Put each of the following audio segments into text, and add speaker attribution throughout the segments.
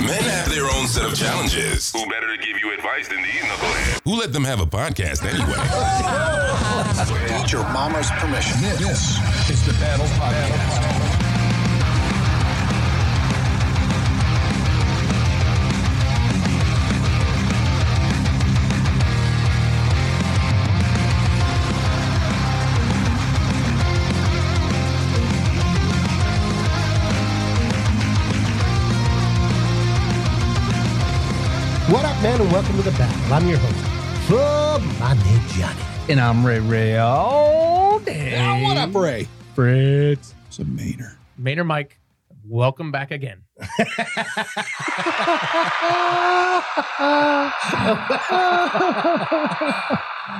Speaker 1: Men have their own set of challenges.
Speaker 2: Who better to give you advice than these knuckleheads?
Speaker 1: Who let them have a podcast anyway?
Speaker 3: Need your mama's permission.
Speaker 4: This is the Battle Podcast.
Speaker 5: What up, man, and welcome to the battle. I'm your host, Club Money Johnny.
Speaker 6: And I'm Ray Ray all day.
Speaker 4: Oh, what up, Ray?
Speaker 6: Fritz?
Speaker 4: It's a Maynard.
Speaker 6: Maynard Mike, welcome back again.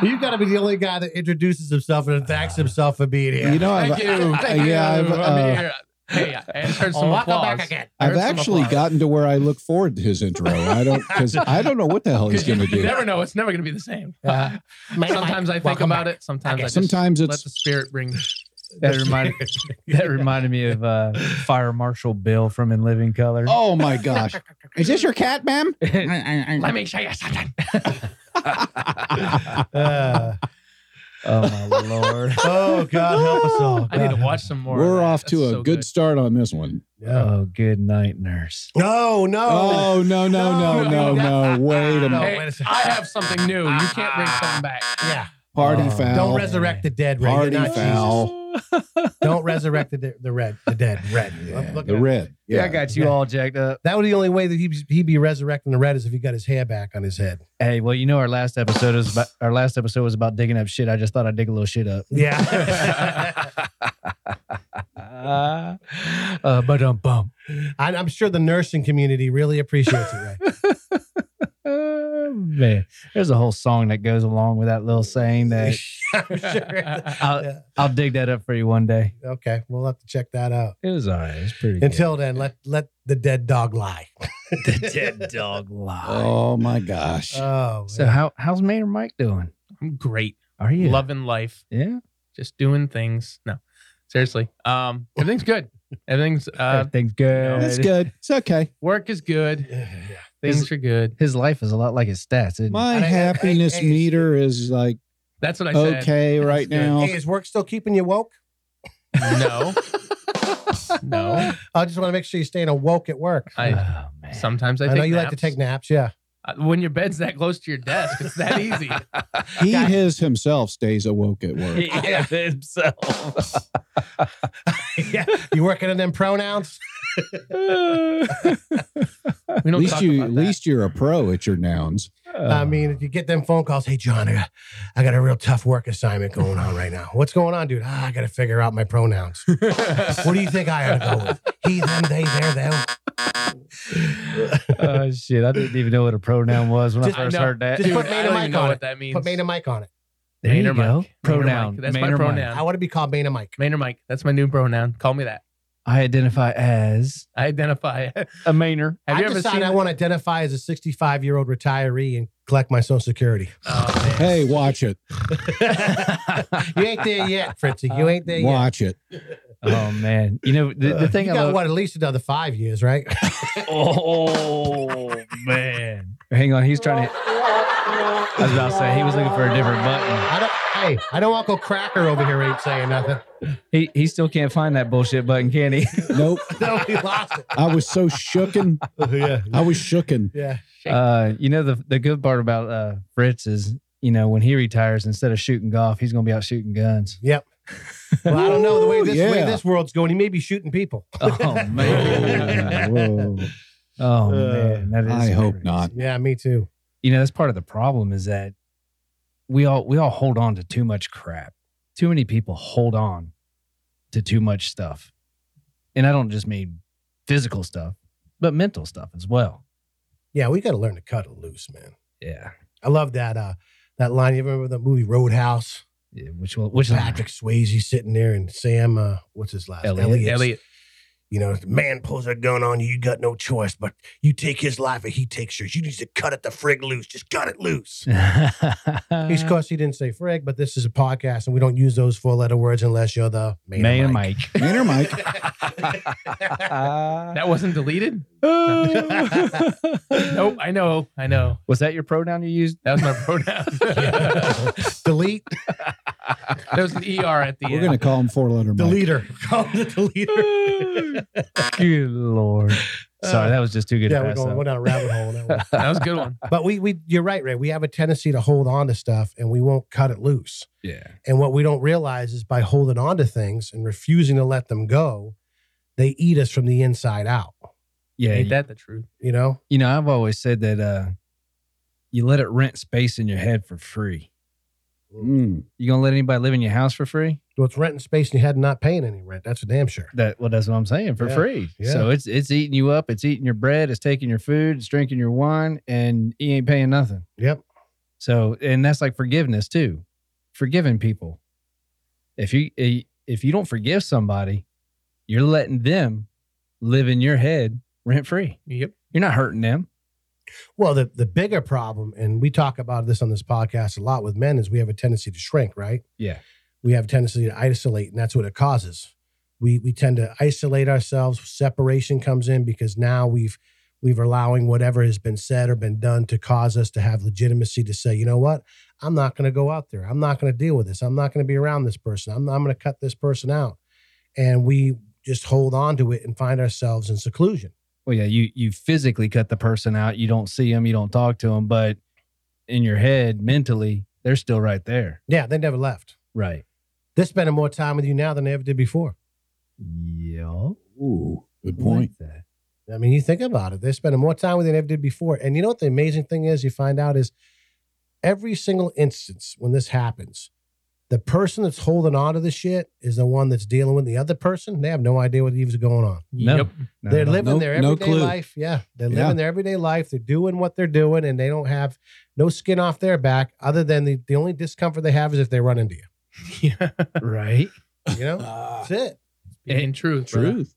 Speaker 5: You got to be the only guy that introduces himself and thanks
Speaker 7: Uh,
Speaker 5: himself for being here.
Speaker 4: You know, I've, I, yeah, I've,
Speaker 6: I'm
Speaker 4: uh,
Speaker 6: here. Hey, I- I heard some
Speaker 5: welcome
Speaker 6: applause.
Speaker 5: back again.
Speaker 6: I heard
Speaker 4: I've
Speaker 6: some
Speaker 4: actually
Speaker 6: applause.
Speaker 4: gotten to where I look forward to his intro. I don't because I don't know what the hell he's
Speaker 6: 'Cause you,
Speaker 4: going to
Speaker 6: you
Speaker 4: do.
Speaker 6: never know. It's never going to be the same.
Speaker 5: Uh, Maynard
Speaker 6: sometimes I think
Speaker 5: welcome
Speaker 6: about
Speaker 5: back.
Speaker 6: it. Sometimes I just
Speaker 4: Sometimes
Speaker 6: let the
Speaker 4: it's
Speaker 6: spirit bring.
Speaker 7: That reminded that reminded me of uh, Fire Marshal Bill from In Living Color.
Speaker 4: oh my gosh, is this your cat, ma'am?
Speaker 6: Let me show you something.
Speaker 5: Uh,
Speaker 7: Oh my lord!
Speaker 5: oh, God, help us all.
Speaker 6: I need to
Speaker 5: God.
Speaker 6: watch some more. of
Speaker 4: We're
Speaker 6: that.
Speaker 4: off to
Speaker 6: That's
Speaker 4: a
Speaker 6: so
Speaker 4: good, start on this one.
Speaker 5: Yeah.
Speaker 7: Oh, good night, nurse.
Speaker 5: No, no.
Speaker 4: Oh no no no no no! Wait a
Speaker 5: No.
Speaker 4: minute,
Speaker 6: Hey,
Speaker 5: wait a second.
Speaker 6: I have something new. You can't bring something back.
Speaker 5: Yeah.
Speaker 4: party foul.
Speaker 5: Don't resurrect the dead, Ray. You're
Speaker 4: Party
Speaker 5: not Jesus.
Speaker 4: foul.
Speaker 5: Don't resurrect the, de- the red, the dead, red. I'm
Speaker 4: Yeah,
Speaker 5: looking
Speaker 4: the
Speaker 5: at-
Speaker 4: red.
Speaker 7: Yeah,
Speaker 4: Yeah,
Speaker 7: I got you all jacked up.
Speaker 5: That would be the only way that he'd, be- he'd be resurrecting the red is if he got his hair back on his head.
Speaker 7: Hey, well, you know our last episode is about our last episode was about digging up shit. I just thought I'd dig a little shit up.
Speaker 5: Yeah.
Speaker 7: Uh, but um, bump.
Speaker 5: I, I'm sure the nursing community really appreciates it, Ray.
Speaker 7: Uh, man, there's a whole song that goes along with that little saying that
Speaker 5: I'm sure.
Speaker 7: I'll,
Speaker 5: Yeah.
Speaker 7: I'll dig that up for you one day.
Speaker 5: Okay, we'll have to check that out.
Speaker 7: It was all right. It was pretty.
Speaker 5: Until then, let let the dead dog lie.
Speaker 7: good. the dead dog lie.
Speaker 4: Oh my gosh.
Speaker 5: Oh,
Speaker 7: So
Speaker 5: man.
Speaker 7: how how's Mayor Mike doing?
Speaker 6: I'm great.
Speaker 7: Are you
Speaker 6: Loving life.
Speaker 7: Yeah,
Speaker 6: Just doing things. No, seriously. Um, everything's good. Everything's uh,
Speaker 7: everything's good.
Speaker 4: It's good. It's okay.
Speaker 6: work is good.
Speaker 5: Yeah.
Speaker 6: Things
Speaker 7: Is-
Speaker 6: are good.
Speaker 7: His life is a lot like his stats. Isn't it?
Speaker 4: My
Speaker 5: I- I-
Speaker 4: happiness
Speaker 5: I-
Speaker 4: meter is like
Speaker 6: That's what I said.
Speaker 4: okay right
Speaker 6: good.
Speaker 4: now.
Speaker 5: Hey, is work still keeping you woke?
Speaker 6: No, no.
Speaker 5: I just want to make sure you're staying awoke at work. I,
Speaker 6: I
Speaker 7: oh, man.
Speaker 6: sometimes I,
Speaker 5: know
Speaker 6: take
Speaker 5: you like
Speaker 6: naps.
Speaker 5: to take naps. Yeah.
Speaker 6: Uh, when your bed's that close to your desk. It's that easy.
Speaker 4: He his himself stays awoke at work.
Speaker 7: himself.
Speaker 5: yeah. You working in them pronouns?
Speaker 7: Oh.
Speaker 6: We
Speaker 4: at
Speaker 6: don't
Speaker 4: least
Speaker 6: talk
Speaker 4: you,
Speaker 6: about
Speaker 4: at
Speaker 6: that.
Speaker 4: least you're a pro at your nouns.
Speaker 6: Uh.
Speaker 5: I mean, if you get them phone calls, hey John, I got, I got a real tough work assignment going on right now. What's going on, dude? Ah, I got to figure out my pronouns. what do you think I ought to go with? He, them, they, their, them.
Speaker 7: oh shit! I didn't even know what a pronoun was when
Speaker 5: Just-
Speaker 7: I first
Speaker 6: I know.
Speaker 7: heard that.
Speaker 5: Just
Speaker 6: Dude,
Speaker 5: put
Speaker 6: I
Speaker 5: Maynard
Speaker 6: don't
Speaker 5: Mike
Speaker 6: even know
Speaker 5: on
Speaker 6: what
Speaker 5: it.
Speaker 6: that means.
Speaker 5: Put Maynard Mike on it.
Speaker 7: there you
Speaker 6: Maynard
Speaker 7: go.
Speaker 6: Mike. Maynard
Speaker 7: Pronoun.
Speaker 6: Mike. That's my
Speaker 7: Maynard Mike.
Speaker 6: pronoun.
Speaker 5: I want to be called Maynard Mike.
Speaker 6: Maynard Mike. That's my new pronoun. Call me that.
Speaker 7: I identify as
Speaker 6: I identify. Have
Speaker 7: a Maynard.
Speaker 6: you
Speaker 5: I
Speaker 6: ever
Speaker 5: decide
Speaker 6: seen?
Speaker 5: I want to identify as a 65 year old retiree and collect my Social Security.
Speaker 6: Oh, man.
Speaker 4: Hey, watch it.
Speaker 5: You ain't there yet, Fritzy. You ain't there yet.
Speaker 4: Watch it.
Speaker 7: Oh man! You know the, the thing
Speaker 5: You
Speaker 7: I
Speaker 5: got
Speaker 7: love.
Speaker 5: what at least another five years, right?
Speaker 7: Oh man! Hang on, he's trying to. I was about to say he was looking for a different button.
Speaker 5: I don't, hey, I know Uncle Cracker over here ain't saying nothing.
Speaker 7: He he still can't find that bullshit button, can he?
Speaker 4: Nope.
Speaker 5: No, he lost it.
Speaker 4: I was so shooken.
Speaker 5: yeah,
Speaker 4: I was shooken.
Speaker 5: yeah.
Speaker 7: Uh, you know the the good part about uh, Fritz is you know when he retires, instead of shooting golf, he's gonna be out shooting guns.
Speaker 5: Yep. Well, I don't know the way this
Speaker 4: Ooh,
Speaker 5: way
Speaker 4: yeah.
Speaker 5: this world's going. He may be shooting people.
Speaker 7: Oh man!
Speaker 4: Whoa.
Speaker 7: oh man! That is
Speaker 4: I hope
Speaker 7: crazy.
Speaker 4: not.
Speaker 5: Yeah, me too.
Speaker 7: You know that's part of the problem is that we all we all hold on to too much crap. Too many people hold on to too much stuff, and I don't just mean physical stuff, but mental stuff as well.
Speaker 5: Yeah, we got to learn to cut it loose, man.
Speaker 7: Yeah,
Speaker 5: I love that uh that line. You remember the movie Roadhouse?
Speaker 7: yeah which will which
Speaker 5: Patrick Swayze sitting there and Sam, uh, what's his last?
Speaker 7: Elliot.
Speaker 5: Elliot's-
Speaker 6: Elliot.
Speaker 5: You know, if the man pulls a gun on you, you got no choice, but you take his life and he takes yours. You need to cut it the frig loose. Just cut it loose. He's
Speaker 7: He's
Speaker 5: course he didn't say frig, but this is a podcast and we don't use those four letter words unless you're the main
Speaker 7: May and
Speaker 5: mic.
Speaker 7: Mike.
Speaker 4: Manor Mike.
Speaker 6: That wasn't deleted? Nope. I know. I know.
Speaker 7: Was that your pronoun you used?
Speaker 6: That was my pronoun.
Speaker 5: Delete
Speaker 6: there was an ER at the
Speaker 4: We're
Speaker 6: end.
Speaker 4: gonna call him four letter Mike.
Speaker 5: deleter. Call him the deleter.
Speaker 7: Good lord. Sorry, that was just too good.
Speaker 5: yeah,
Speaker 7: to
Speaker 5: we're
Speaker 7: pass
Speaker 5: going
Speaker 7: up.
Speaker 5: we're down a rabbit hole on that one.
Speaker 6: That was a good one.
Speaker 5: But we we you're right, Ray. We have a tendency to hold on to stuff and we won't cut it loose.
Speaker 7: Yeah.
Speaker 5: And what we don't realize is by holding on to things and refusing to let them go, they eat us from the inside out.
Speaker 7: Yeah.
Speaker 6: Ain't
Speaker 7: You,
Speaker 6: that the truth?
Speaker 5: You know?
Speaker 7: you know, I've always said that uh, you let it rent space in your head for free.
Speaker 4: Mm.
Speaker 7: You gonna let anybody live in your house for free?
Speaker 5: Well, it's renting space and you had not paying any rent. That's for damn sure.
Speaker 7: That well, that's what I'm saying for
Speaker 5: Yeah,
Speaker 7: free.
Speaker 5: yeah.
Speaker 7: So it's it's eating you up. It's eating your bread. It's taking your food. It's drinking your wine, and you ain't paying nothing.
Speaker 5: Yep.
Speaker 7: So and that's like forgiveness too, forgiving people. If you eh, if you don't forgive somebody, you're letting them live in your head rent free.
Speaker 6: Yep.
Speaker 7: You're not hurting them.
Speaker 5: Well, the, the bigger problem, and we talk about this on this podcast a lot with men, is we have a tendency to shrink, right?
Speaker 7: Yeah.
Speaker 5: We have a tendency to isolate, and that's what it causes. We we tend to isolate ourselves. Separation comes in because now we've we've allowing whatever has been said or been done to cause us to have legitimacy to say, you know what? I'm not going to go out there. I'm not going to deal with this. I'm not going to be around this person. I'm, I'm going to cut this person out. And we just hold on to it and find ourselves in seclusion.
Speaker 7: Well, yeah, you you physically cut the person out. You don't see them. You don't talk to them. But in your head, mentally, they're still right there.
Speaker 5: Yeah, they never left.
Speaker 7: Right.
Speaker 5: They're spending more time with you now than they ever did before.
Speaker 7: Yeah.
Speaker 4: Ooh, good point.
Speaker 7: that.
Speaker 5: I mean, you think about it. They're spending more time with you than they ever did before. And you know what the amazing thing is? You find out is every single instance when this happens, the person that's holding on to the shit is the one that's dealing with the other person. They have no idea what even's going on.
Speaker 7: No.
Speaker 6: Yep.
Speaker 7: No,
Speaker 5: they're
Speaker 7: no.
Speaker 5: living
Speaker 4: no-
Speaker 5: their
Speaker 4: no
Speaker 5: everyday
Speaker 4: clue.
Speaker 5: life. Yeah. They're
Speaker 4: Yeah.
Speaker 5: living their everyday life. They're doing what they're doing and they don't have no skin off their back other than the, the only discomfort they have is if they run into you.
Speaker 6: Yeah.
Speaker 7: right.
Speaker 5: You know?
Speaker 4: Ah,
Speaker 6: Uh,
Speaker 5: That's it.
Speaker 6: Speaking truth. brother.
Speaker 4: truth.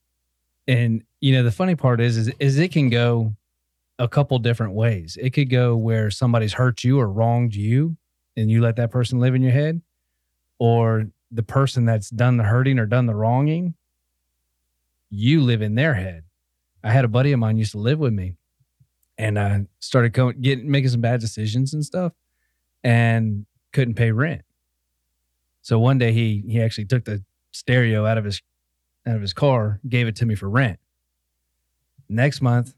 Speaker 7: and you know the funny part is, is is it can go a couple different ways it could go where somebody's hurt you or wronged you and you let that person live in your head or the person that's done the hurting or done the wronging you live in their head i had a buddy of mine used to live with me and i started going getting making some bad decisions and stuff and couldn't pay rent so one day he he actually took the stereo out of his out of his car, gave it to me for rent. Next month,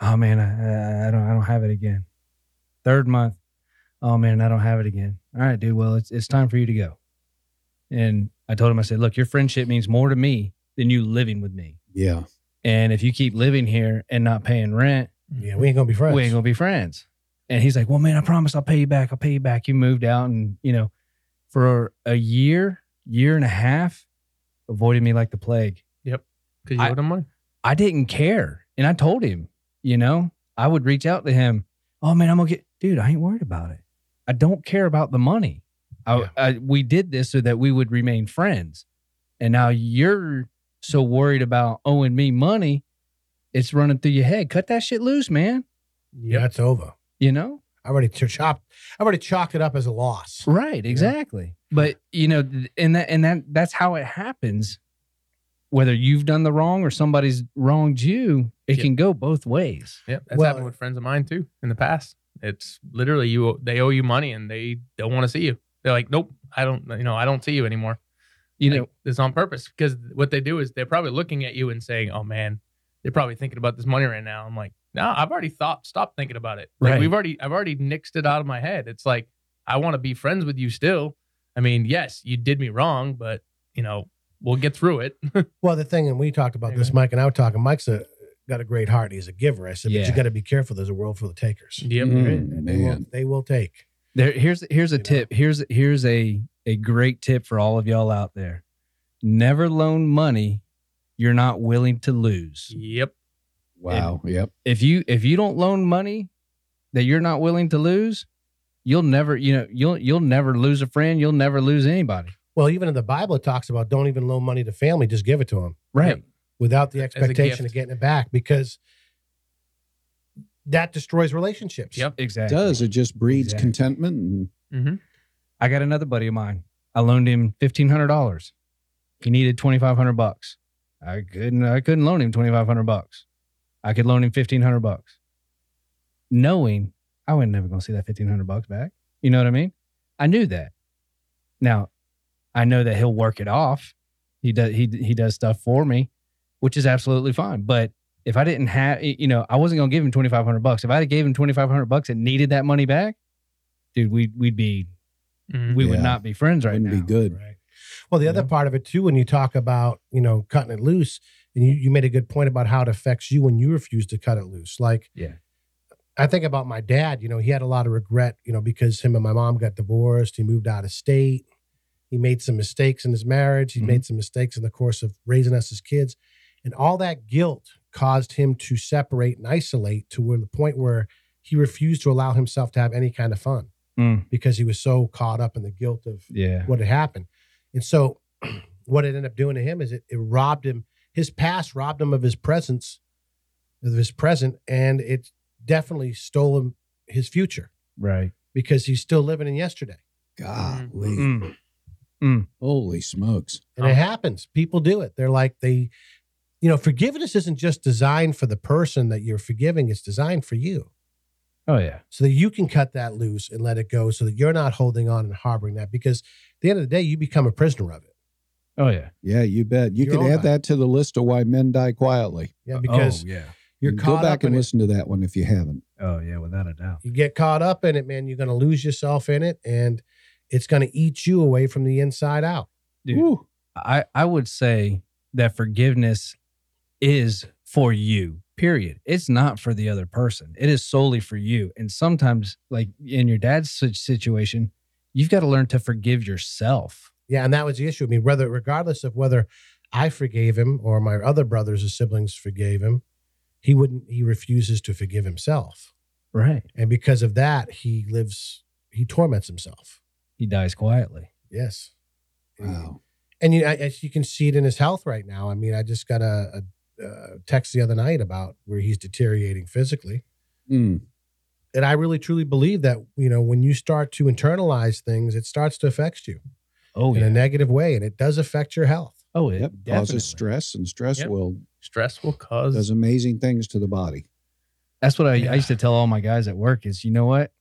Speaker 7: oh man, I, I don't I don't have it again. Third month, oh man, I don't have it again. All right, dude. Well, it's it's time for you to go. And I told him, I said, look, your friendship means more to me than you living with me.
Speaker 4: Yeah.
Speaker 7: And if you keep living here and not paying rent,
Speaker 5: Yeah, we ain't gonna be friends.
Speaker 7: we ain't gonna be friends. And he's like, Well, man, I promise I'll pay you back. I'll pay you back. You moved out and you know, for a year, year and a half, avoided me like the plague.
Speaker 6: Because you
Speaker 7: I-
Speaker 6: owed him money.
Speaker 7: I didn't care. And I told him, you know, I would reach out to him. Oh man, I'm gonna get dude, I ain't worried about it. I don't care about the money. I,
Speaker 5: Yeah.
Speaker 7: I, we did this so that we would remain friends. And now you're so worried about owing me money, it's running through your head. Cut that shit loose, man.
Speaker 5: yeah, it's over.
Speaker 7: You know?
Speaker 5: I already ch- chopped I already chalked it up as a loss.
Speaker 7: Right, exactly. But you know, th- and that and that that's how it happens. Whether you've done the wrong or somebody's wronged you, it
Speaker 6: Yep.
Speaker 7: can go both ways.
Speaker 6: Yep. That's
Speaker 5: Well-
Speaker 6: happened with friends of mine too in the past. It's literally you they owe you money and they don't want to see you. They're like, Nope, I don't you know, I don't see you anymore.
Speaker 7: You
Speaker 6: Like,
Speaker 7: know,
Speaker 6: this on purpose because what they do is they're probably looking at you and saying, "Oh man, they're probably thinking about this money right now." I'm like, "No, I've already thought. Stop thinking about it. Like
Speaker 7: Right.
Speaker 6: we've already, I've already nixed it out of my head. It's like I want to be friends with you still. I mean, yes, you did me wrong, but you know, we'll get through it.
Speaker 5: Well, the thing, and we talked about this,
Speaker 6: Amen.
Speaker 5: Mike, and I were talking. Mike's a, got a great heart. He's a giver. I said, but
Speaker 7: Yeah.
Speaker 5: you got to be careful. There's a world full of takers.
Speaker 6: yep.
Speaker 4: Mm,
Speaker 5: They will,
Speaker 4: man.
Speaker 5: they will take.
Speaker 7: There, here's here's a
Speaker 5: You know?
Speaker 7: tip. Here's here's a a great tip for all of y'all out there. Never loan money you're not willing to lose.
Speaker 6: Yep.
Speaker 4: Wow. Yep.
Speaker 7: If you if you don't loan money that you're not willing to lose, you'll never you know you'll you'll never lose a friend. You'll never lose anybody.
Speaker 5: Well, even in the Bible, it talks about don't even loan money to family, just give it to them.
Speaker 7: Right.
Speaker 5: without the
Speaker 6: As a
Speaker 5: expectation
Speaker 6: gift.
Speaker 5: of getting it back because that destroys relationships.
Speaker 6: Yep.
Speaker 4: It
Speaker 7: Exactly.
Speaker 4: does. It just breeds
Speaker 7: Exactly.
Speaker 4: contentment. And
Speaker 7: I got another buddy of mine. I loaned him fifteen hundred dollars. He needed twenty five hundred bucks. I couldn't. I couldn't loan him twenty five hundred bucks. I could loan him fifteen hundred bucks, knowing I was never going to see that fifteen hundred bucks back. You know what I mean? I knew that. Now, I know that he'll work it off. He does. He he does stuff for me, which is absolutely fine. But if I didn't have, you know, I wasn't going to give him twenty five hundred bucks. If I gave him twenty five hundred bucks and needed that money back, dude, we we'd be
Speaker 6: Mhm.
Speaker 7: we would
Speaker 4: Yeah.
Speaker 7: not be friends right
Speaker 4: wouldn't
Speaker 7: now.
Speaker 4: be good.
Speaker 5: Right. Well, the other
Speaker 7: Yeah.
Speaker 5: part of it too, when you talk about, you know, cutting it loose, and you, you made a good point about how it affects you when you refuse to cut it loose. Like,
Speaker 7: Yeah.
Speaker 5: I think about my dad, you know, he had a lot of regret, you know, because him and my mom got divorced. He moved out of state. He made some mistakes in his marriage. He
Speaker 7: Mm-hmm.
Speaker 4: Mhm.
Speaker 5: made some mistakes in the course of raising us as kids. And all that guilt caused him to separate and isolate to where the point where he refused to allow himself to have any kind of fun
Speaker 7: Mm.
Speaker 5: because he was so caught up in the guilt of
Speaker 7: Yeah.
Speaker 5: what had happened. And so what it ended up doing to him is it, it robbed him. His past robbed him of his presence, of his present, and it definitely stole him his future
Speaker 7: Right.
Speaker 5: because he's still living in yesterday.
Speaker 4: Golly,
Speaker 6: Mm-hmm.
Speaker 7: Mm.
Speaker 4: holy smokes!
Speaker 5: And it
Speaker 6: Um,
Speaker 5: happens. People do it. They're like they, you know, forgiveness isn't just designed for the person that you're forgiving, it's designed for you.
Speaker 7: Oh yeah.
Speaker 5: so that you can cut that loose and let it go so that you're not holding on and harboring that because at the end of the day you become a prisoner of it
Speaker 7: Oh yeah.
Speaker 4: Yeah, you bet. You
Speaker 5: You're
Speaker 4: could
Speaker 5: all
Speaker 4: add
Speaker 5: right.
Speaker 4: that to the list of why men die quietly.
Speaker 5: yeah because
Speaker 7: oh, yeah.
Speaker 5: you're
Speaker 4: go
Speaker 5: caught
Speaker 4: back
Speaker 5: up in
Speaker 4: and
Speaker 5: it.
Speaker 4: listen to that one if you haven't.
Speaker 7: Oh yeah. Without a doubt.
Speaker 5: you get caught up in it man you're going to lose yourself in it and it's going to eat you away from the inside out
Speaker 7: Dude.
Speaker 4: Woo.
Speaker 7: I I would say that forgiveness is for you. Period. It's not for the other person. It is solely for you. And sometimes, like in your dad's si- situation, you've got to learn to forgive yourself.
Speaker 5: yeah and that was the issue i mean whether regardless of whether i forgave him or my other brothers or siblings forgave him he wouldn't he refuses to forgive himself
Speaker 7: Right.
Speaker 5: and because of that he lives he torments himself
Speaker 7: He dies quietly.
Speaker 5: yes
Speaker 4: Wow.
Speaker 5: and you, I- as you can see it in his health right now. I mean, I just got a, a uh, text the other night about where he's deteriorating physically,
Speaker 4: Mm.
Speaker 5: and I really truly believe that you know when you start to internalize things, it starts to affect you
Speaker 7: Oh
Speaker 5: in a
Speaker 7: yeah.
Speaker 5: negative way, and it does affect your health.
Speaker 7: Oh it
Speaker 4: Yep.
Speaker 7: definitely.
Speaker 4: Causes stress, and stress
Speaker 6: Yep.
Speaker 4: will
Speaker 6: Stress will cause.
Speaker 4: does amazing things to the body.
Speaker 7: That's what I,
Speaker 6: Yeah.
Speaker 7: I used to tell all my guys at work is, you know what?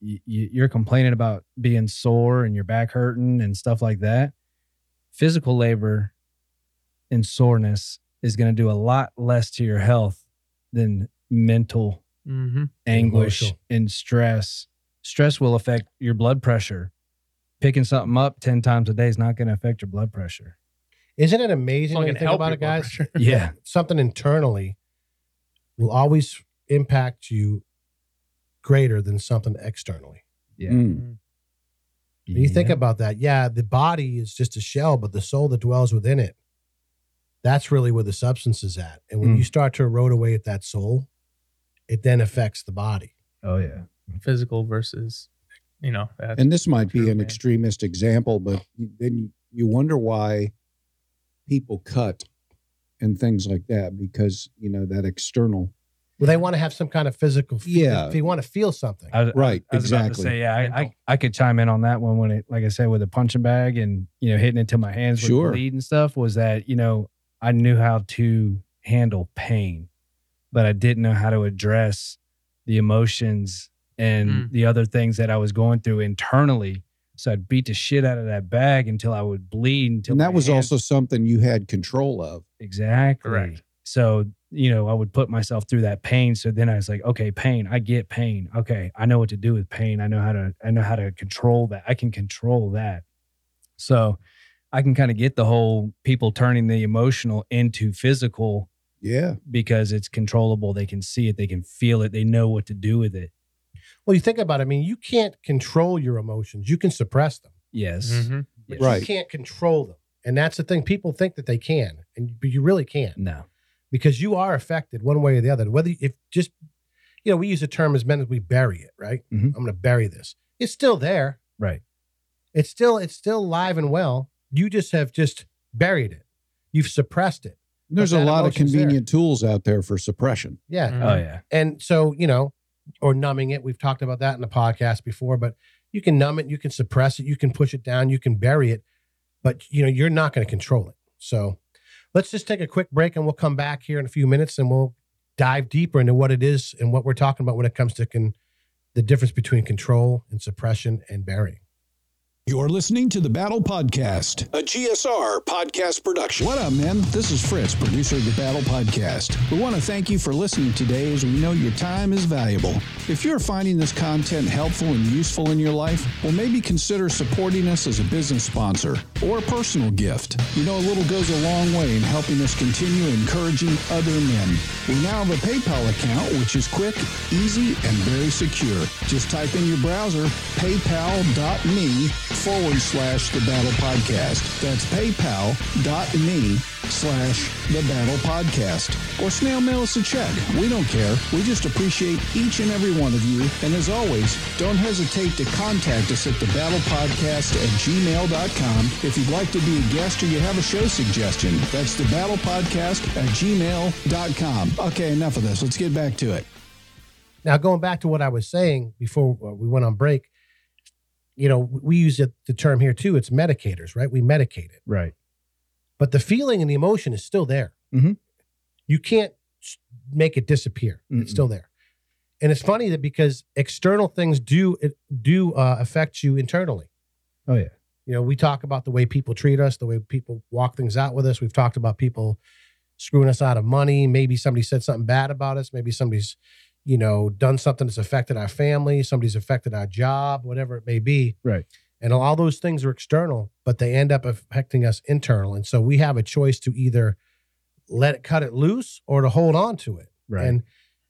Speaker 7: You, you, you're complaining about being sore and your back hurting and stuff like that. Physical labor and soreness is going to do a lot less to your health than mental
Speaker 6: Mhm.
Speaker 7: anguish
Speaker 5: Emotional.
Speaker 7: and stress. Stress will affect your blood pressure. Picking something up 10 times a day is not going to affect your blood pressure.
Speaker 5: Isn't it amazing
Speaker 6: Well,
Speaker 5: when you
Speaker 6: it can
Speaker 5: think
Speaker 6: help
Speaker 5: about
Speaker 6: your
Speaker 5: it,
Speaker 6: blood
Speaker 5: guys?
Speaker 6: pressure.
Speaker 7: Yeah.
Speaker 5: Something internally will always impact you greater than something externally.
Speaker 7: Yeah.
Speaker 4: Mm.
Speaker 5: When you think about that, yeah, the body is just a shell, but the soul that dwells within it, that's really where the substance is at. And when
Speaker 7: Mm.
Speaker 5: you start to erode away at that soul, it then affects the body.
Speaker 7: Oh, yeah.
Speaker 6: physical versus, you know. That's,
Speaker 4: and this might
Speaker 6: true,
Speaker 4: be an
Speaker 6: man.
Speaker 4: extremist example, but then you wonder why people cut and things like that because you know that external.
Speaker 5: Well, they want to have some kind of physical,
Speaker 4: Yeah.
Speaker 5: if they want to feel something.
Speaker 7: Uh, I,
Speaker 4: Right,
Speaker 7: I was about to
Speaker 4: exactly.
Speaker 7: say, yeah, I,
Speaker 6: Mental.
Speaker 7: I, I could chime in on that one when it, like I said, with a punching bag and you know hitting it till my hands would
Speaker 4: Sure.
Speaker 7: bleed and stuff. Was that you know I knew how to handle pain, but I didn't know how to address the emotions and
Speaker 6: Mm.
Speaker 7: the other things that I was going through internally. So I'd beat the shit out of that bag until I would bleed. Until
Speaker 4: and
Speaker 7: my
Speaker 4: that was
Speaker 7: hands-
Speaker 4: also something you had control of.
Speaker 7: Exactly.
Speaker 6: Correct.
Speaker 7: So, you know, I would put myself through that pain. So then I was like, okay, pain, I get pain. Okay. I know what to do with pain. I know how to, I know how to control that. I can control that. So I can kind of get the whole people turning the emotional into physical
Speaker 4: Yeah.
Speaker 7: because it's controllable. They can see it. They can feel it. They know what to do with it.
Speaker 5: well, you think about it. I mean, you can't control your emotions, you can suppress them,
Speaker 7: Yes.
Speaker 6: Mhm.
Speaker 7: Yes.
Speaker 4: Right.
Speaker 5: you can't control them. And that's the thing. People think that they can, and but you really can't.
Speaker 4: Mm.
Speaker 7: No.
Speaker 5: because you are affected one way or the other. Whether if just you know, we use the term as men as we bury it, right?
Speaker 7: Mhm.
Speaker 4: Mm-hmm.
Speaker 5: I'm going to bury this. It's still there.
Speaker 7: Right.
Speaker 5: It's still it's still live and well. You just have just buried it. You've suppressed it.
Speaker 8: There's a
Speaker 5: that
Speaker 8: lot of
Speaker 5: emotion's there.
Speaker 8: convenient tools out there for suppression.
Speaker 5: Yeah.
Speaker 6: Mhm.
Speaker 7: Oh yeah.
Speaker 5: And so, you know, or numbing it. We've talked about that in the podcast before, but you can numb it, you can suppress it, you can push it down, you can bury it, but you know, you're not going to control it. So let's just take a quick break and we'll come back here in a few minutes and we'll dive deeper into what it is and what we're talking about when it comes to con- the difference between control and suppression and burying.
Speaker 4: You're listening to the Battle Podcast,
Speaker 9: A GSR podcast production.
Speaker 4: What up, man? This is Fritz, producer of the Battle Podcast. We want to thank you for listening today as we know your time is valuable. If you're finding this content helpful and useful in your life, well, maybe consider supporting us as a business sponsor or a personal gift. You know, a little goes a long way in helping us continue encouraging other men. We now have a PayPal account, which is quick, easy, and very secure. Just type in your browser paypal.me forward slash the battle podcast. That's paypal.me slash the battle podcast. Or snail mail us a check. We don't care. We just appreciate each and every one of you. And as always, don't hesitate to contact us at the battle podcast at gmail.com if you'd like to be a guest or you have a show suggestion. That's the battle podcast at gmail.com. Okay, enough of this. Let's get back to it.
Speaker 5: Now, going back to what I was saying before uh, we went on break, you know, we use it, the term here too. It's medicators, right? We medicate it.
Speaker 7: Right.
Speaker 5: but the feeling and the emotion is still there.
Speaker 7: Mhm.
Speaker 5: You can't s- make it disappear.
Speaker 7: Mm-mm.
Speaker 5: It's still there. And it's funny that because external things do it do uh, affect you internally.
Speaker 7: Oh, yeah.
Speaker 5: You know, we talk about the way people treat us, the way people walk things out with us. We've talked about people screwing us out of money. Maybe somebody said something bad about us. Maybe somebody's, you know, done something that's affected our family. Somebody's affected our job, whatever it may be.
Speaker 7: Right.
Speaker 5: And all those things are external, but they end up affecting us internal. And so we have a choice to either let it cut it loose or to hold on to it.
Speaker 7: Right.
Speaker 5: And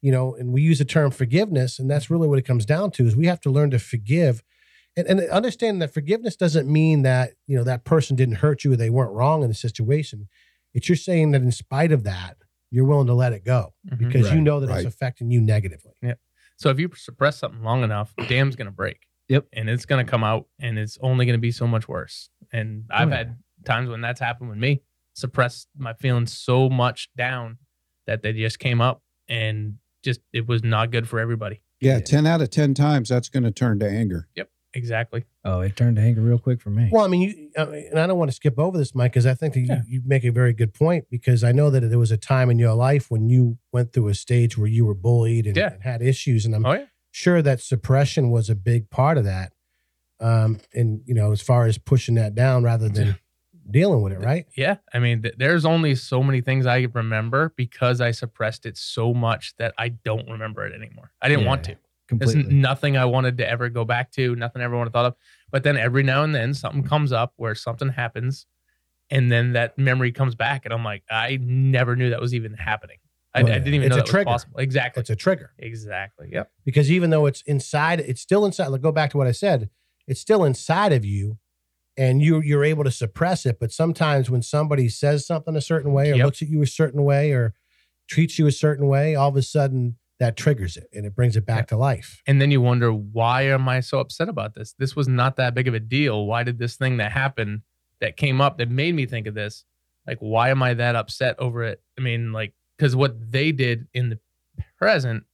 Speaker 5: you know, and we use the term forgiveness, and that's really what it comes down to is we have to learn to forgive and, and understand that forgiveness doesn't mean that, you know, that person didn't hurt you or they weren't wrong in the situation. It's you're saying that in spite of that, you're willing to let it go
Speaker 6: Mhm.
Speaker 5: because you
Speaker 7: Right,
Speaker 5: know that
Speaker 8: right.
Speaker 5: it's affecting you negatively.
Speaker 6: So if you suppress something long enough, the dam's gonna break.
Speaker 7: Yep.
Speaker 6: And it's gonna come out, and it's only gonna be so much worse. And
Speaker 7: Oh,
Speaker 6: I've had times when that's happened with me. Suppressed my feelings so much down that they just came up, and just it was not good for everybody.
Speaker 8: Yeah, 10 out of 10 times that's going to turn to anger.
Speaker 6: Exactly.
Speaker 7: Oh, it turned to anger real quick for me.
Speaker 5: Well, I mean, you, I mean, and I don't want to skip over this, Mike, because I think that you, you make a very good point. Because I know that there was a time in your life when you went through a stage where you were bullied and,
Speaker 6: Yeah.
Speaker 5: and had issues, and I'm
Speaker 6: Oh yeah.
Speaker 5: sure that suppression was a big part of that. Um, and you know, as far as pushing that down rather than dealing with it, right?
Speaker 6: Yeah. I mean, th- there's only so many things I remember because I suppressed it so much that I don't remember it anymore. I didn't want
Speaker 7: Yeah.
Speaker 6: to. There's
Speaker 7: Completely.
Speaker 6: nothing I wanted to ever go back to, nothing I ever wanted to thought of. But then every now and then something comes up where something happens and then that memory comes back and I'm like, I never knew that was even happening. I,
Speaker 5: Well,
Speaker 6: I didn't even
Speaker 5: Oh, it's
Speaker 6: know
Speaker 5: a
Speaker 6: that
Speaker 5: trigger.
Speaker 6: was possible. Exactly.
Speaker 5: It's a trigger
Speaker 6: exactly. Yep.
Speaker 5: because even though it's inside, it's still inside. Like go back to what I said, it's still inside of you. And you you're able to suppress it, but sometimes when somebody says something a certain way, or
Speaker 6: Yep.
Speaker 5: looks at you a certain way, or treats you a certain way, all of a sudden that triggers it and it brings it back to life.
Speaker 6: And then you wonder, why am I so upset about this? This was not that big of a deal. Why did this thing that happened that came up that made me think of this? Like, why am I that upset over it? I mean, like, because what they did in the present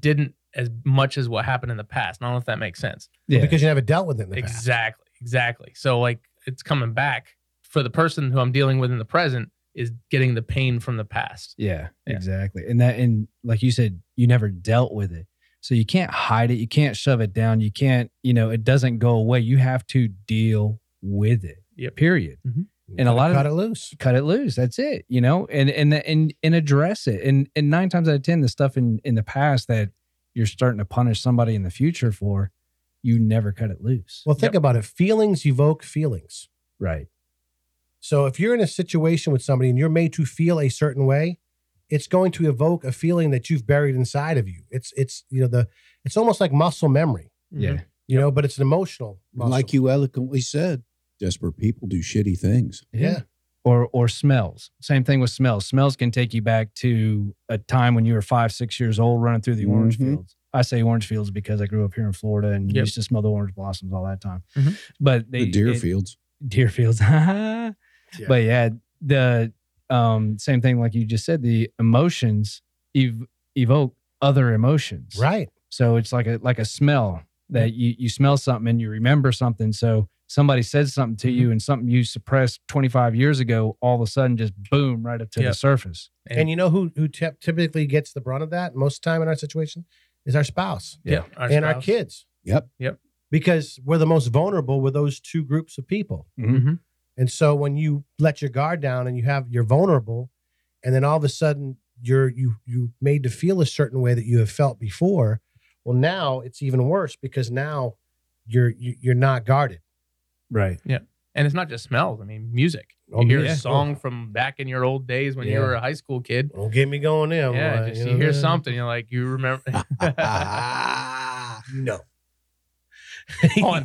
Speaker 6: didn't as much as what happened in the past. And I don't know if that makes sense.
Speaker 7: yeah.
Speaker 5: Because you never dealt with it in the past.
Speaker 6: Exactly. Exactly. So, like, it's coming back for the person who I'm dealing with in the present is getting the pain from the past.
Speaker 7: Yeah,
Speaker 6: Yeah.
Speaker 7: exactly. And that, and like you said, you never dealt with it. So you can't hide it. You can't shove it down. You can't, you know, it doesn't go away. You have to deal with it.
Speaker 6: Yep.
Speaker 7: Period. And a lot of-
Speaker 5: cut it loose.
Speaker 7: Cut it loose. That's it. You know, and and and and address it. And and nine times out of ten, the stuff in in the past that you're starting to punish somebody in the future for, you never cut it loose.
Speaker 5: Well, think about it. Feelings evoke feelings.
Speaker 7: right.
Speaker 5: So if you're in a situation with somebody and you're made to feel a certain way, it's going to evoke a feeling that you've buried inside of you. It's it's you know the it's almost like muscle memory,
Speaker 6: Mm-hmm.
Speaker 7: Yeah.
Speaker 5: you know, but it's an emotional muscle.
Speaker 8: Like you eloquently said, desperate people do shitty things.
Speaker 5: Yeah.
Speaker 7: Or or smells. Same thing with smells. Smells can take you back to a time when you were five, six years old running through the orange
Speaker 8: Mhm.
Speaker 7: fields. I say orange fields because I grew up here in Florida and
Speaker 6: Yep.
Speaker 7: used to smell the orange blossoms all that time.
Speaker 6: Mhm.
Speaker 7: But they,
Speaker 8: The deer
Speaker 7: it-
Speaker 8: fields.
Speaker 7: deer fields. But yeah, the um, same thing like you just said, the emotions ev- evoke other emotions.
Speaker 5: Right.
Speaker 7: So it's like a like a smell that you you smell something and you remember something. So somebody said something to you and something you suppressed 25 years ago, all of a sudden just boom right up to
Speaker 6: Yeah.
Speaker 7: the surface.
Speaker 5: And, you know who who typ- typically gets the brunt of that most time in our situation is our spouse
Speaker 6: yeah, our
Speaker 5: and our
Speaker 6: spouse.
Speaker 5: kids
Speaker 4: Yep.
Speaker 5: because we're the most vulnerable with those two groups of people.
Speaker 6: Mhm.
Speaker 5: And so when you let your guard down and you have you're vulnerable, and then all of a sudden you're you you made to feel a certain way that you have felt before. Well, now it's even worse because now you're you, you're not guarded.
Speaker 7: Right.
Speaker 6: And it's not just smells. I mean, music. You
Speaker 5: Oh,
Speaker 6: hear
Speaker 5: yeah.
Speaker 6: a song from back in your old days when you
Speaker 5: Yeah.
Speaker 6: were a high school kid.
Speaker 5: Don't get me going there. I'm
Speaker 6: yeah,
Speaker 5: like,
Speaker 6: just
Speaker 5: know
Speaker 6: you hear
Speaker 5: what I mean?
Speaker 6: something, you're like, you remember.
Speaker 5: Ah, you know.
Speaker 6: Come on,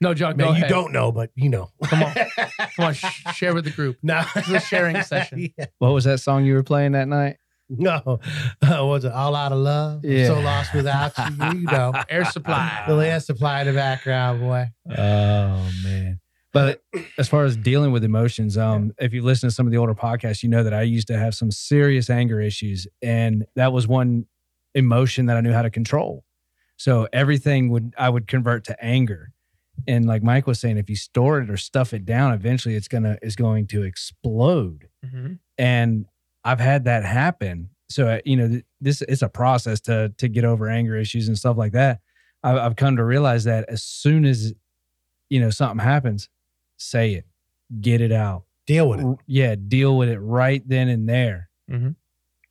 Speaker 6: no, John,
Speaker 5: Man,
Speaker 6: go
Speaker 5: you
Speaker 6: ahead.
Speaker 5: don't know, but you know.
Speaker 6: Come on. Come on, sh- share with the group.
Speaker 5: no,
Speaker 6: This is a sharing session.
Speaker 5: Yeah.
Speaker 7: What was that song you were playing that night?
Speaker 5: No, uh, was it all out of love? I'm So
Speaker 7: Yeah.
Speaker 5: lost without you. You know,
Speaker 6: Air supply.
Speaker 5: the last supply in the background, boy.
Speaker 7: Oh man. But as far as dealing with emotions, um, if you listen to some of the older podcasts, you know that I used to have some serious anger issues. And that was one emotion that I knew how to control. So everything would I would convert to anger. And like Mike was saying, if you store it or stuff it down, eventually it's gonna it's going to explode
Speaker 6: Mhm.
Speaker 7: and I've had that happen. So uh, you know, th- this it's a process to to get over anger issues and stuff like that. I've, I've come to realize that as soon as you know something happens, say it, get it out.
Speaker 5: Deal with it. Mm-hmm.
Speaker 7: R- Yeah, deal with it right then and there.
Speaker 6: Mhm.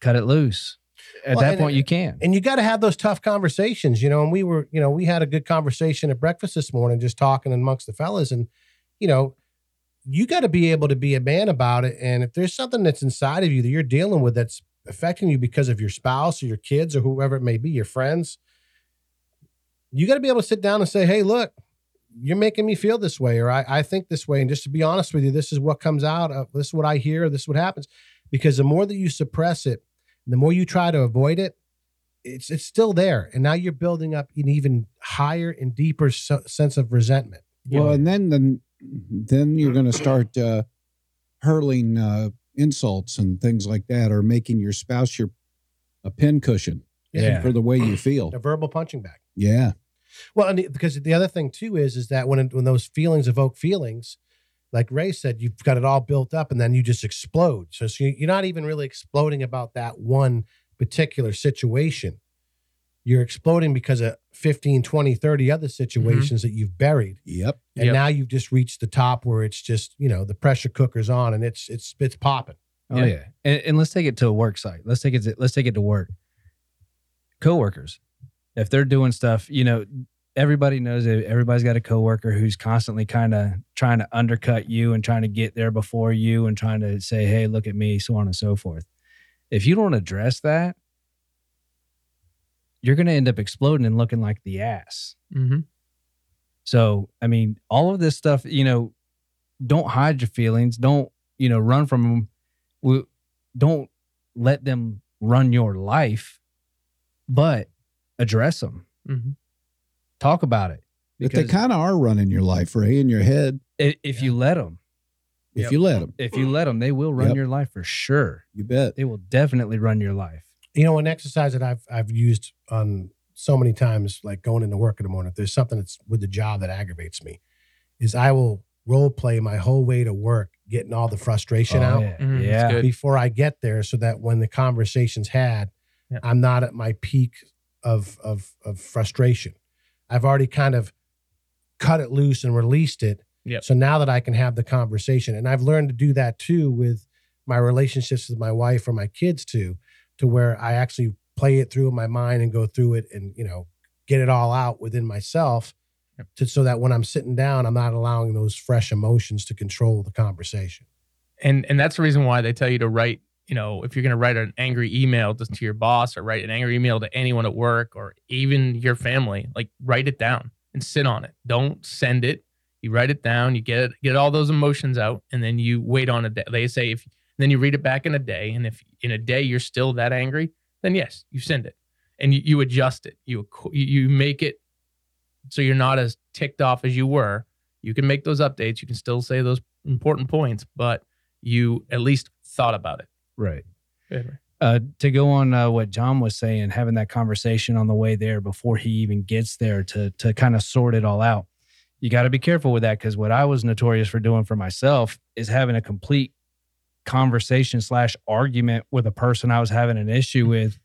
Speaker 7: Cut it loose. At
Speaker 5: Well,
Speaker 7: that
Speaker 5: and
Speaker 7: point,
Speaker 5: it-
Speaker 7: you can.
Speaker 5: and you got to have those tough conversations, you know. And we were, you know, we had a good conversation at breakfast this morning, just talking amongst the fellas. And, you know, you got to be able to be a man about it. And if there's something that's inside of you that you're dealing with that's affecting you because of your spouse or your kids or whoever it may be, your friends, you got to be able to sit down and say, hey, look, you're making me feel this way, or I, I think this way. And just to be honest with you, this is what comes out of this is what I hear, this is what happens. Because the more that you suppress it, the more you try to avoid it, it's it's still there and now you're building up an even higher and deeper so- sense of resentment
Speaker 4: Well, and then then then you're going to start uh, hurling uh, insults and things like that, or making your spouse your a pin cushion
Speaker 7: Yeah.
Speaker 4: for the way you feel.
Speaker 5: a verbal punching bag
Speaker 4: Yeah,
Speaker 5: well and the- because the other thing too is is that when it, when those feelings evoke feelings like ray said you've got it all built up and then you just explode so, so you- you're not even really exploding about that one particular situation you're exploding because of 15 20 30 other situations that you've buried
Speaker 4: yep.
Speaker 5: and
Speaker 6: Yep.
Speaker 5: now you've just reached the top where it's just you know the pressure cooker's on and it's it's it's popping
Speaker 7: Oh
Speaker 6: Yeah.
Speaker 7: yeah. And, and let's take it to a work site. Let's take it. To, let's take it to work. Coworkers, if they're doing stuff, you know, everybody knows that everybody's got a coworker who's constantly kind of trying to undercut you and trying to get there before you and trying to say, "Hey, look at me," so on and so forth. If you don't address that, you're going to end up exploding and looking like the ass.
Speaker 6: Mhm.
Speaker 7: So, I mean, all of this stuff, you know, don't hide your feelings. Don't, you know, run from them. We, don't let them run your life, but address them.
Speaker 6: Mhm.
Speaker 7: Talk about it.
Speaker 4: But they
Speaker 7: Because
Speaker 4: kind of are running your life, Ray, in your head.
Speaker 7: i- if you let them,
Speaker 4: If
Speaker 6: Yep.
Speaker 4: you let them,
Speaker 7: if you let them, they will run
Speaker 4: Yep.
Speaker 7: your life for sure.
Speaker 4: you bet.
Speaker 7: They will definitely run your life.
Speaker 5: you know, an exercise that I've I've used on so many times, like going into work in the morning. If there's something that's with the job that aggravates me, is I will role play my whole way to work, getting all the frustration out
Speaker 7: Oh, yeah.
Speaker 6: Mhm. It's
Speaker 7: Yeah.
Speaker 6: good.
Speaker 5: before I get there, so that when the conversation's had,
Speaker 6: Yeah.
Speaker 5: I'm not at my peak of of of frustration. I've already kind of cut it loose and released it.
Speaker 6: Yep.
Speaker 5: So now that I can have the conversation, and I've learned to do that too with my relationships with my wife or my kids too, to where I actually play it through in my mind and go through it and you know get it all out within myself, to, so that when I'm sitting down, I'm not allowing those fresh emotions to control the conversation.
Speaker 6: and and that's the reason why they tell you to write you know if you're going to write an angry email just to your boss or write an angry email to anyone at work or even your family like write it down and sit on it don't send it you write it down you get it get all those emotions out and then you wait on a day they say if then you read it back in a day and if in a day you're still that angry then yes you send it and you, you adjust it you acqu- you you make it so you're not as ticked off as you were you can make those updates you can still say those important points but you at least thought about it.
Speaker 7: Right.
Speaker 6: Go ahead, Ray.
Speaker 7: Uh, to go on uh, what John was saying, having that conversation on the way there before he even gets there to to kind of sort it all out. You got to be careful with that because what I was notorious for doing for myself is having a complete conversation slash argument with a person I was having an issue with,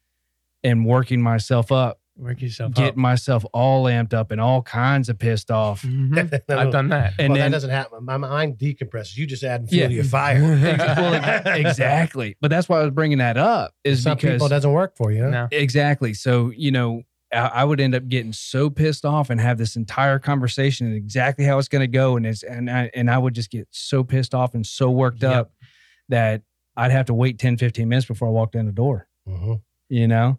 Speaker 7: and working myself up,
Speaker 6: Work yourself
Speaker 7: getting
Speaker 6: up.
Speaker 7: myself all amped up and all kinds of pissed off.
Speaker 6: Mhm. I've done that.
Speaker 5: Mm-hmm.
Speaker 7: And
Speaker 5: well,
Speaker 7: then
Speaker 5: that doesn't happen. My mind decompresses. You just add fuel
Speaker 7: Yeah.
Speaker 5: to your fire.
Speaker 7: Well, ex- exactly. But that's why I was bringing that up is
Speaker 5: Some
Speaker 7: because
Speaker 5: people it doesn't work for you. huh?
Speaker 6: No.
Speaker 7: Exactly. So, you know, I, I would end up getting so pissed off and have this entire conversation and exactly how it's going to go. And it's, and I, and I would just get so pissed off and so worked
Speaker 6: Yep.
Speaker 7: up that I'd have to wait 10, 15 minutes before I walked in the door,
Speaker 5: Mhm.
Speaker 7: you know?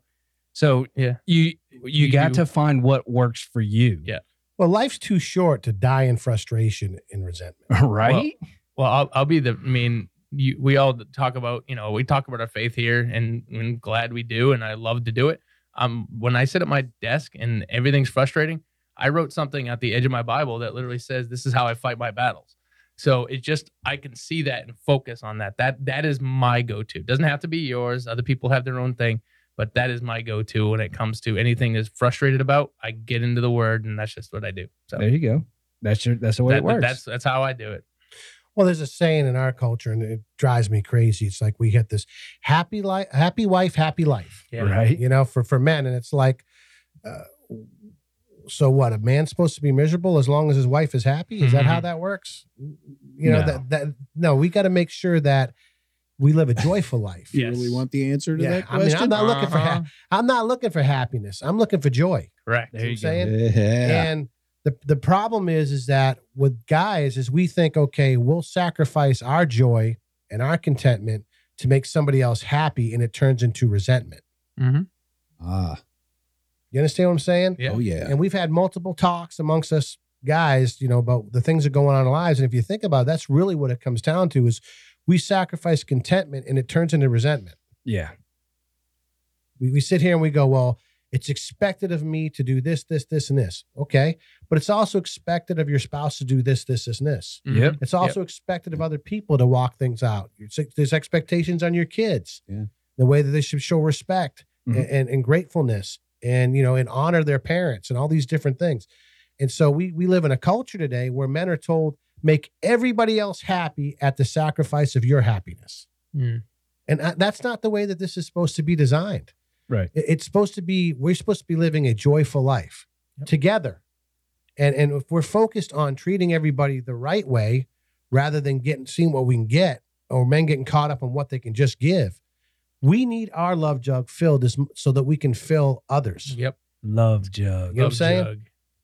Speaker 7: So
Speaker 6: Yeah.
Speaker 7: you, you,
Speaker 6: You
Speaker 7: got
Speaker 6: do.
Speaker 7: to find what works for you.
Speaker 6: Yeah.
Speaker 5: Well, life's too short to die in frustration and resentment.
Speaker 7: Right.
Speaker 6: Well, I'll, I'll be the. I mean, you, we all talk about you know we talk about our faith here, and I'm glad we do, and I love to do it. Um, when I sit at my desk and everything's frustrating, I wrote something at the edge of my Bible that literally says, "This is how I fight my battles." So it just I can see that and focus on that. That that is my go-to. Doesn't have to be yours. Other people have their own thing, but that is my go-to when it comes to anything that's frustrated about. I get into the word, and that's just what I do. So
Speaker 7: there you go. That's your, that's the way
Speaker 6: that-
Speaker 7: it works.
Speaker 6: that's that's how I do it.
Speaker 5: Well, there's a saying in our culture, and it drives me crazy. It's like we get this happy life, happy wife, happy life.
Speaker 6: Yeah.
Speaker 7: Right.
Speaker 5: You know, for for men, and it's like, uh, so what? A man's supposed to be miserable as long as his wife is happy. Is that how that works? You know
Speaker 7: Mm-hmm. No.
Speaker 5: that that no, we got to make sure that we live a joyful life.
Speaker 4: Do you really want the answer to
Speaker 5: Yeah,
Speaker 4: that
Speaker 5: I mean,
Speaker 4: question?
Speaker 5: I'm not looking for
Speaker 6: Uh-huh.
Speaker 5: ha- I'm not looking for happiness. I'm looking for joy.
Speaker 6: Correct.
Speaker 5: There you go. saying?
Speaker 4: yeah.
Speaker 5: And the the problem is is that with guys is we think okay, we'll sacrifice our joy and our contentment to make somebody else happy and it turns into resentment.
Speaker 6: Mm-hmm.
Speaker 4: Ah,
Speaker 5: You understand what I'm saying?
Speaker 6: Yeah.
Speaker 4: oh yeah.
Speaker 5: And we've had multiple talks amongst us guys, you know, about the things that go on in our lives and if you think about it, that's really what it comes down to is we sacrifice contentment and it turns into resentment.
Speaker 7: yeah.
Speaker 5: We, we sit here and we go, well, it's expected of me to do this, this, this, and this. Okay. But it's also expected of your spouse to do this, this, this, and this.
Speaker 6: Mm-hmm. Mm,
Speaker 7: Yep.
Speaker 5: It's also expected of other people to walk things out. It's- There's expectations on your kids,
Speaker 4: Yeah.
Speaker 5: the way that they should show respect
Speaker 7: Mhm.
Speaker 5: and, and, and gratefulness and, you know, and honor their parents and all these different things. And so we, we live in a culture today where men are told, make everybody else happy at the sacrifice of your happiness.
Speaker 6: Mm.
Speaker 5: And I, that's not the way that this is supposed to be designed.
Speaker 7: Right.
Speaker 5: It- It's supposed to be, we're supposed to be living a joyful life
Speaker 6: Yep.
Speaker 5: together. And, and if we're focused on treating everybody the right way rather than getting seeing what we can get or men getting caught up on what they can just give, we need our love jug filled as, m- so that we can fill others.
Speaker 6: Yep.
Speaker 7: Love jug.
Speaker 5: You know what I'm saying?
Speaker 6: Jug.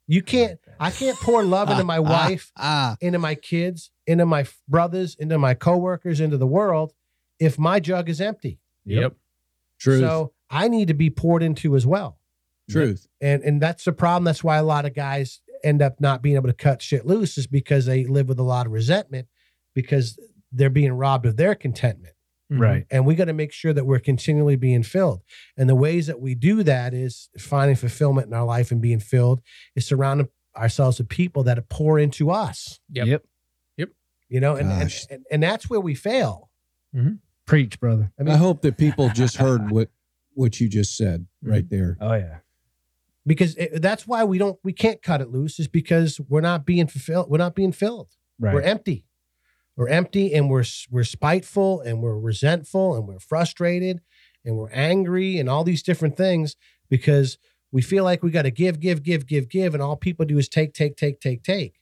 Speaker 5: You can't, I can't pour love into my wife
Speaker 4: Ah,
Speaker 5: into my kids, into my f- brothers, into my coworkers, into the world if my jug is empty.
Speaker 6: Yep.
Speaker 4: truth.
Speaker 5: So I need to be poured into as well.
Speaker 4: truth.
Speaker 5: And and that's the problem. That's why a lot of guys end up not being able to cut shit loose is because they live with a lot of resentment because they're being robbed of their contentment.
Speaker 6: Mhm.
Speaker 7: Right.
Speaker 5: And we got to make sure that we're continually being filled. And the ways that we do that is finding fulfillment in our life and being filled is surrounding ourselves with people that pour into us
Speaker 6: Yep.
Speaker 7: yep.
Speaker 5: you know, and, and,
Speaker 4: Gosh.
Speaker 5: and and that's where we fail.
Speaker 7: Preach, brother.
Speaker 5: I
Speaker 4: I,
Speaker 5: mean,
Speaker 4: hope that people just heard what what you just said
Speaker 6: Mm-hmm.
Speaker 4: right there.
Speaker 7: Oh yeah.
Speaker 5: because it, that's why we don't we can't cut it loose is because we're not being fulfilled. We're not being filled.
Speaker 7: Right.
Speaker 5: We're empty. We're empty, and we're s- we're spiteful, and we're resentful, and we're frustrated, and we're angry, and all these different things because we feel like we got to give, give, give, give, give, and all people do is take, take, take, take, take,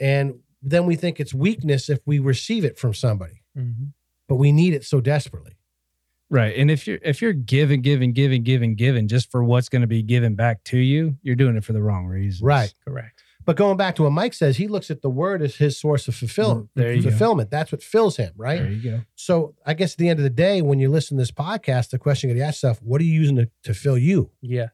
Speaker 5: and then we think it's weakness if we receive it from somebody,
Speaker 6: Mhm.
Speaker 5: but we need it so desperately.
Speaker 7: Right. And if you're if you're giving, giving, giving, giving, giving just for what's going to be given back to you, you're doing it for the wrong reasons.
Speaker 5: Right.
Speaker 6: Correct.
Speaker 5: But going back to what Mike says, he looks at the word as his source of fulfillment.
Speaker 7: Mm, There you go.
Speaker 5: fulfillment. That's what fills him, right?
Speaker 7: There you go.
Speaker 5: So I guess at the end of the day, when you listen to this podcast, the question you got to ask yourself: What are you using to, to fill you?
Speaker 6: Yes.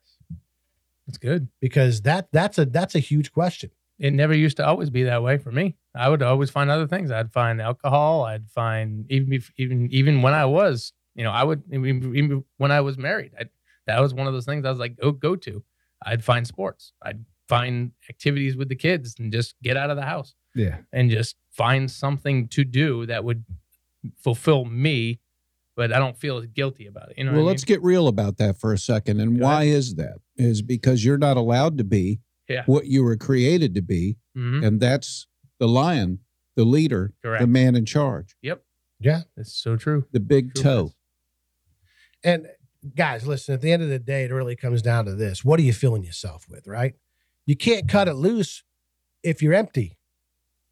Speaker 6: That's good.
Speaker 5: Because that that's a that's a huge question.
Speaker 6: It never used to always be that way for me. I would always find other things. I'd find alcohol. I'd find even bef- even even when I was, you know, I would even even when I was married. I, that was one of those things I was like, oh, go go to. I'd find sports. I'd find activities with the kids and just get out of the house
Speaker 7: Yeah.
Speaker 6: and just find something to do that would fulfill me, but I don't feel as guilty about it. You know,
Speaker 4: well,
Speaker 6: what I
Speaker 4: let's get real about that for a second. And
Speaker 6: Go
Speaker 4: why is that? Is because you're not allowed to be
Speaker 6: Yeah.
Speaker 4: what you were created to be,
Speaker 6: mean? Mhm.
Speaker 4: and that's the lion, the leader,
Speaker 6: correct.
Speaker 4: the man in charge,
Speaker 5: Yeah.
Speaker 6: That's so true.
Speaker 4: the big
Speaker 6: True
Speaker 4: toe.
Speaker 6: words.
Speaker 5: And guys, listen, at the end of the day, it really comes down to this. What are you filling yourself with, right? You can't cut it loose if you're empty.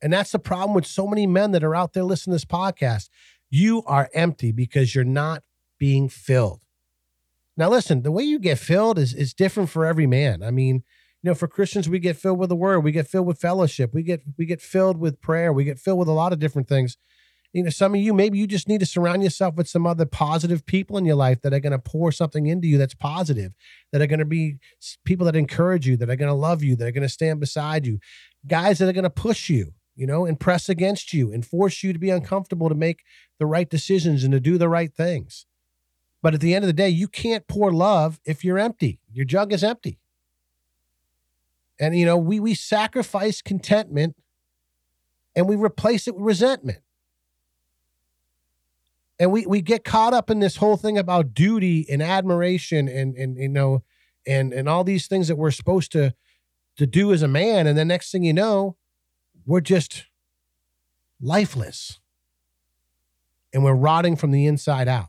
Speaker 5: And that's the problem with so many men that are out there listening to this podcast. You are empty because you're not being filled. Now, listen, the way you get filled is, is different for every man. I mean, you know, for Christians, we get filled with the word, we get filled with fellowship, we get we get filled with prayer, we get filled with a lot of different things you know some of you maybe you just need to surround yourself with some other positive people in your life that are going to pour something into you that's positive that are going to be s- people that encourage you that are going to love you that are going to stand beside you guys that are going to push you you know and press against you and force you to be uncomfortable to make the right decisions and to do the right things but at the end of the day you can't pour love if you're empty your jug is empty and you know we we sacrifice contentment and we replace it with resentment and we we get caught up in this whole thing about duty and admiration and and you know and and all these things that we're supposed to to do as a man and the next thing you know we're just lifeless and we're rotting from the inside out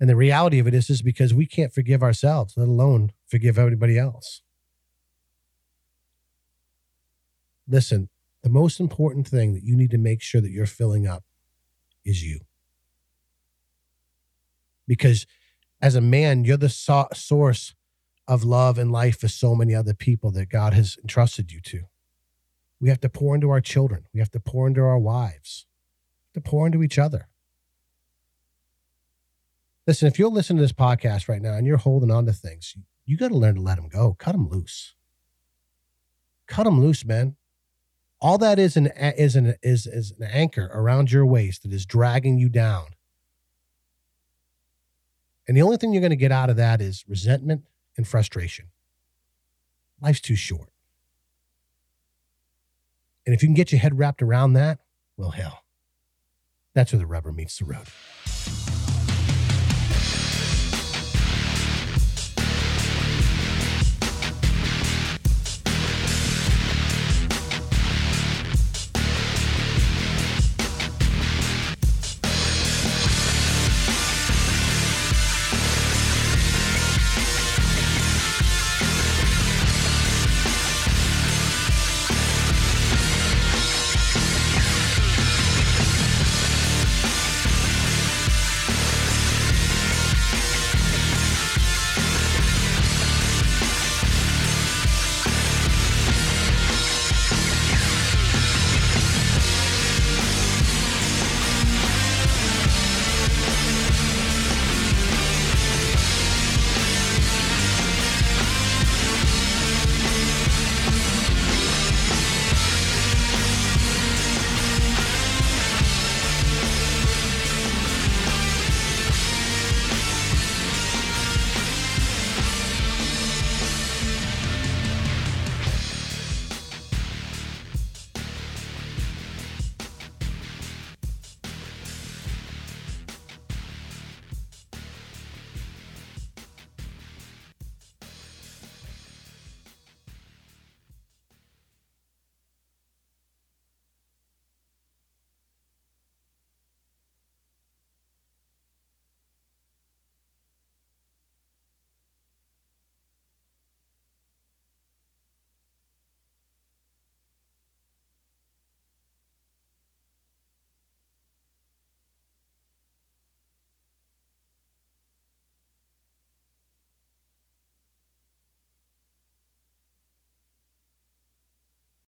Speaker 5: and the reality of it is is because we can't forgive ourselves let alone forgive everybody else listen the most important thing that you need to make sure that you're filling up is you. Because as a man, you're the so- source of love and life for so many other people that God has entrusted you to. We have to pour into our children, we have to pour into our wives, to pour into each other. Listen, if you're listening to this podcast right now and you're holding on to things, you got to learn to let them go. Cut them loose. Cut them loose, man all that is an is an is is an anchor around your waist that is dragging you down. And the only thing you're going to get out of that is resentment and frustration. Life's too short. And if you can get your head wrapped around that, well, hell, that's where the rubber meets the road.